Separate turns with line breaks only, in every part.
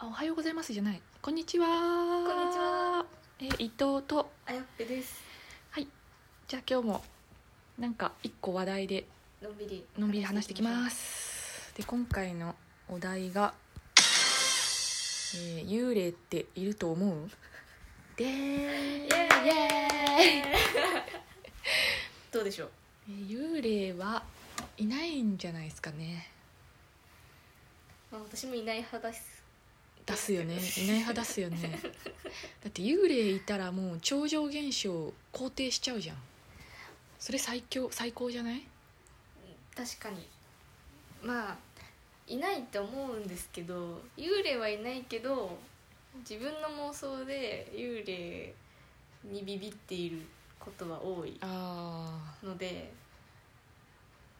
おはようございますじゃないこんにちはこん
にちは
え伊藤と
あやっぺです
じゃあ今日もなんか一個話題で
のんびり
のんびり話してきますすで今回のお題が、えー幽霊っていると思う?」でー
イ
イ
エーイ
イ
どうでしょう
えー幽霊はいないんじゃないですかね
まあ私もいない派です
出す よねいない派出すよねだって幽霊いたらもう超常現象肯定しちゃうじゃんそれ最強最高じゃない
確かにまあいないって思うんですけど幽霊はいないけど自分の妄想で幽霊にビビっていることは多い
あ
ので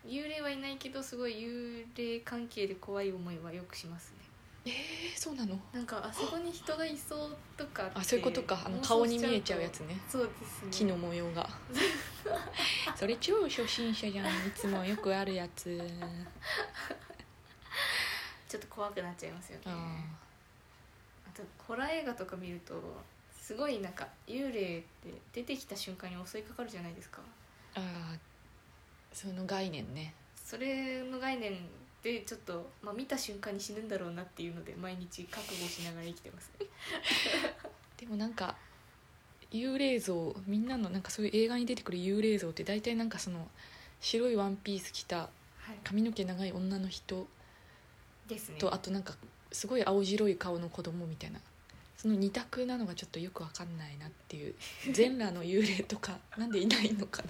幽霊はいないけどすごい幽霊関係で怖い思いはよくしますね
ーえーそうなの
なんかあそこに人がいそうとかって
あそういうことかあの
妄想
顔
し
に
と
見えちゃうやつね
そうですね
木の模様が それ超初心者じゃんいつもよくあるやつ
ちょっと怖くなっちゃいますよね
あ
あとホラー映画とか見るとすごいなんか幽霊って出てきた瞬間に襲いかかるじゃないですか
ーあーその概念ね
それの概念でちょっと、まあ、見た瞬間に死ぬんだろうなっていうので毎日覚悟しながら生きてますね
でもなんか幽霊像みんなのなんかそういう映画に出てくる幽霊像って大体なんかその白いワンピース着た
はい
髪の毛長い女の人
ですね
とあとなんかすごい青白い顔の子供みたいなその二択なのがちょっとよくわかんないなっていう全裸の幽霊とかなんでいないのかな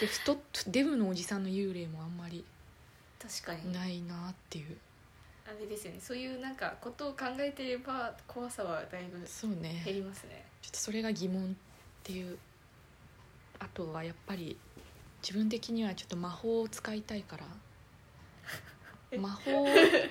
で太っデブのおじさんの幽霊もあんまり
確かに
ないなっていう
あれですよねそういうなんかことを考えてれば怖さはだいぶ
そうね
減りますね
ちょっとそれが疑問っていうあとはやっぱり自分的にはちょっと魔法を使いたい から魔法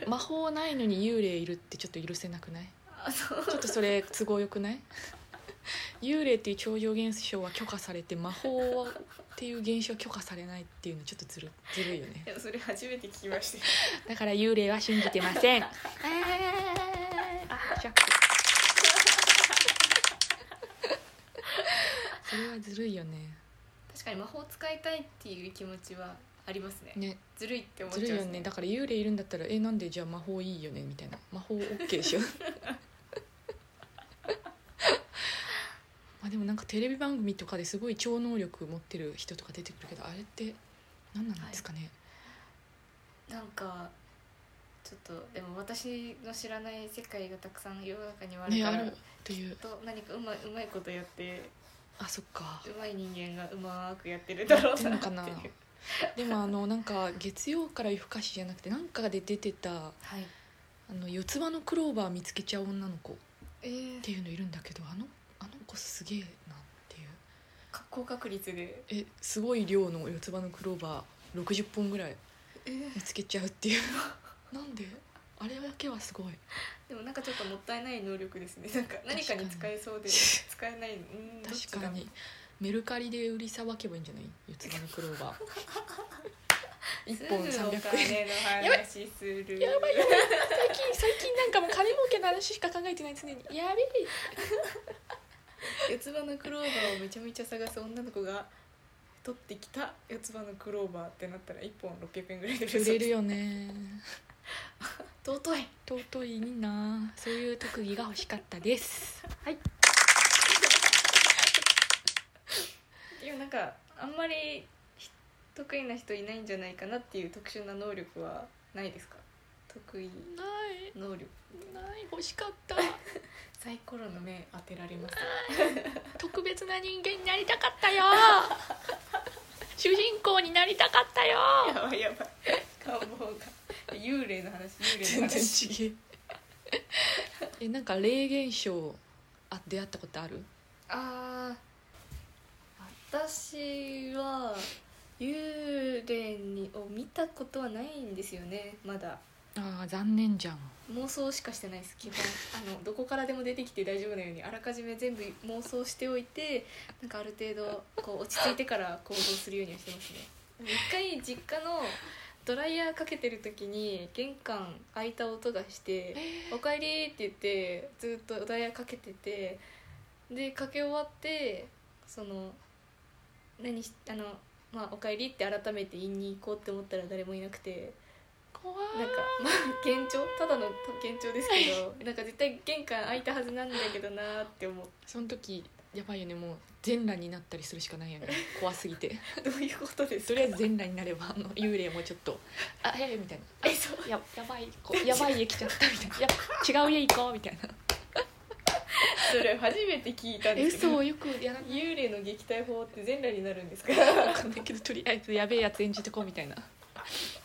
魔法ないのに幽霊いるってちょっと許せなくない
あそう
ちょっとそれ都合よくない 幽霊っていう超常現象は許可されて魔法っていう現象は許可されないっていうのちょっとずるずるいよね
でもそれ初めて聞きま した
だから幽霊は信じてませんあショックそれはずるいよね
確かに魔法使いたいっていう気持ちはありますね
ね
ずるいって思っ
ず
ち
るい
ゃいま
よ
す
ねだから幽霊いるんだったらえなんでじゃあ魔法いいよねみたいな魔法 OK でしょ まあでもなんかテレビ番組とかですごい超能力持ってる人とか出てくるけどあれって何なんですかね、
なんかちょっとでも私の知らない世界がたくさん世の中にはある
ね
か
あ
ら、
るという
と何かうまいうまいことやって
あそっか
うまい人間がうまくやってるだろうなっていう
やってんのかなでもあのなんか月曜から夜更かしじゃなくてなんかで出てた
はい
あの四つ葉のクローバー見つけちゃう女の子っ
えー、
ていうのいるんだけどあのあの子すげえなっていう
高確率で
えすごい量の四つ葉のクローバー60本ぐらい
え
見つけちゃうっていう なんであれだけはすごい
でもなんかちょっともったいない能力ですねなんか何かに使えそうで使
確
えないうんどっち
確
だ
かにメルカリで売りさばけばいいんじゃない四つ葉のクロ ーバー
す
1
ぐお
本
金
300
の
円
話する
やばいやばい最近最近なんかもう金儲けの話しか考えてない常にやべえ
四つ葉のクローバーをめちゃめちゃ探す女の子が取ってきた四つ葉のクローバーってなったら1本600円ぐらいで
売れるよね
尊い
尊いなそういう特技が欲しかったですはい
いやなんかあんまりひ得意な人いないんじゃないかなっていう特殊な能力はないですか得意
ない
能力
ない欲しか った
サイコロの目当てられます
特別な人間になりたか ったよ主人公になりたかったよ
やばいやばい願望が幽霊の話幽霊
全
の
然
話
違ええなんか霊現象あ出会ったことある
あー私は幽霊にを見たことはないんですよねまだ
あー残念じゃん
妄想しかしてないです基本あのどこからでも出てきて大丈夫なようにあらかじめ全部妄想しておいてなんかある程度こう落ち着いてから行動するようにはしてますね一回実家のドライヤーかけてる時に玄関開いた音がして「おかえり」って言ってずっとドライヤーかけててでかけ終わってその何しあの、まあ「おかえり」って改めて言いに行こうって思ったら誰もいなくて
怖
なんかまあ幻聴ただの幻聴ですけ どなんか絶対玄関開いたはずなんだけどなーって思う
その時やばいよねもう全裸になったりするしかないよね怖すぎて
どういうことです
と
か
りあえず全裸になればあの幽霊もちょっと「あえみたいな「
えそう
あややばいこやばい家来ちゃった」みた いなや「違う家行こう」みたいな
それ初めて聞い
「
たん
え
ですけど
嘘よくやらない」
幽霊の撃退法って全裸になるんですか
わかんないけどとりあえずやべえやつ演じとこうみたいな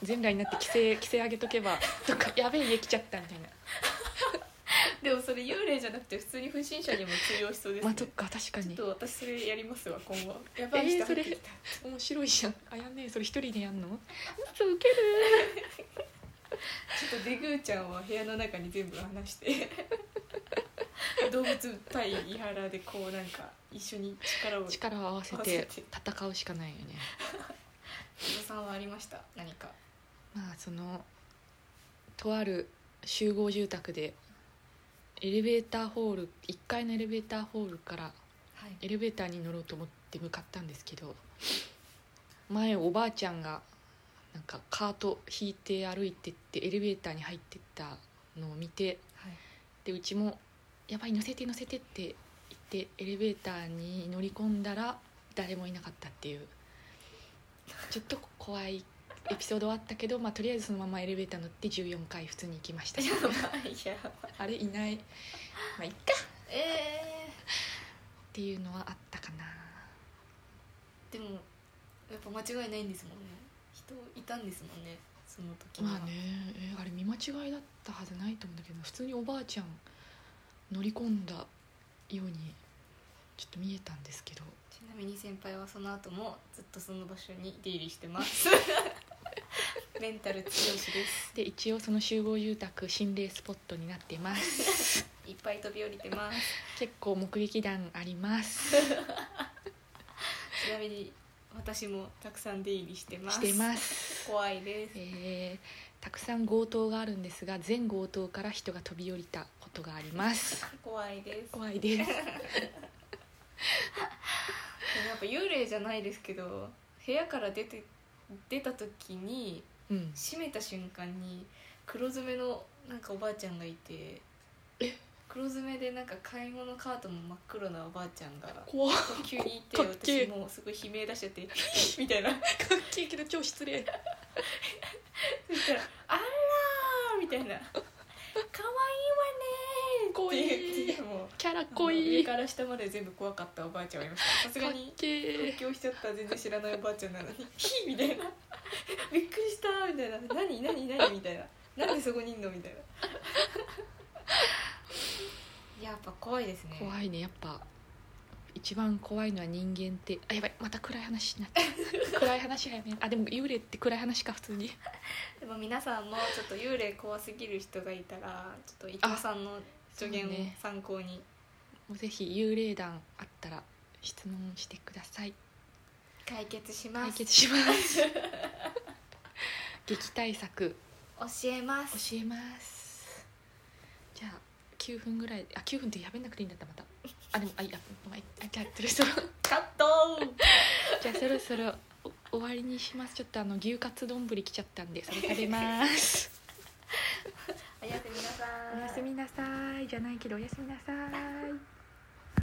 全裸になって規制規制上げとけばとかやべえ家来ちゃったみたいな
でもそれ幽霊じゃなくて普通に不審者にも通用しそうです、
ま
ね
あそっか確か
ちょ
に
っと私それやりますわ今後やばい人入ってきた、
面白いじゃんあやねえそれ一人でやんの嘘ウケる
ちょっとデグーちゃんは部屋の中に全部話して 動物対伊原でこうなんか一緒に力を伊
力を合わせて戦うしかないよね
藤さんはありました何か
まあそのとある集合住宅でエレベーターホール1階のエレベーターホールから
はい
エレベーターに乗ろうと思って向かったんですけど前おばあちゃんがなんかカート引いて歩いてってエレベーターに入ってったのを見て
はい
でうちも「やばい乗せて乗せて」って言ってエレベーターに乗り込んだら誰もいなかったっていうちょっと怖いエピソードはあったけど、まあ、とりあえずそのままエレベーター乗って14階普通に行きま した
やばいやばい
あれいないまあいっかっ
え
ていうのはあったかな
ー、でもやっぱ間違いないんですもんね人いたんですもんねその時は
まあね、えーあれ見間違いだったはずないと思うんだけど普通におばあちゃん乗り込んだようにちょっと見えたんですけど
ちなみに先輩はその後もずっとその場所に出入りしてます メンタル強しです
で一応その集合住宅心霊スポットになってます
いっぱい飛び降りてます
結構目撃談あり ます
ちなみに私もたくさん出入りしてます
してます、
怖いです
えーたくさん強盗があるんですが全強盗から人が飛び降りたことがあります
怖いです
怖いです
でもやっぱ幽霊じゃないですけど部屋から出て出た時に
うん
閉めた瞬間に黒ずめのなんかおばあちゃんがいて黒ずめでなんか買い物カートの真っ黒なおばあちゃんが
怖か
急にいて
かっけえ
私もうすごい悲鳴出しちゃって 「みたいな
っ けえけど超失礼
そしたら「あらー」みたいな「可愛いわねー」って言ってもう
キャラ濃
恋上
いかっ
から下まで全部怖かったおばあちゃんがいましたさすがに
けえ
勉強しちゃった全然知らないおばあちゃんなのに「ひ」みたいな「びっくりした」みたいな「何何何」みたいな「なんでそこにいんの?」みたいなやっぱ怖いですね
怖いねやっぱ一番怖いのは人間ってあやばいまた暗い話になっ ちゃう暗い話早めあでも幽霊って暗い話か普通に
でも皆さんもちょっと幽霊怖すぎる人がいたらちょっと伊藤さんの助言を
そうね
参考に、
もうぜひ幽霊談あったら質問してください
解決しま
解
す
決します 撃退策
教えます
教えますじゃあ9分ぐらいあ9分ってやべなくていいんだったまたあでもあいやまあいあじゃあそろそろ
カット
じゃあそろそろお終わりにしますちょっとあの牛カツ丼来ちゃったんでそれ食べます
おやすみなさーい
おやすみなさいじゃないけどおやすみなさい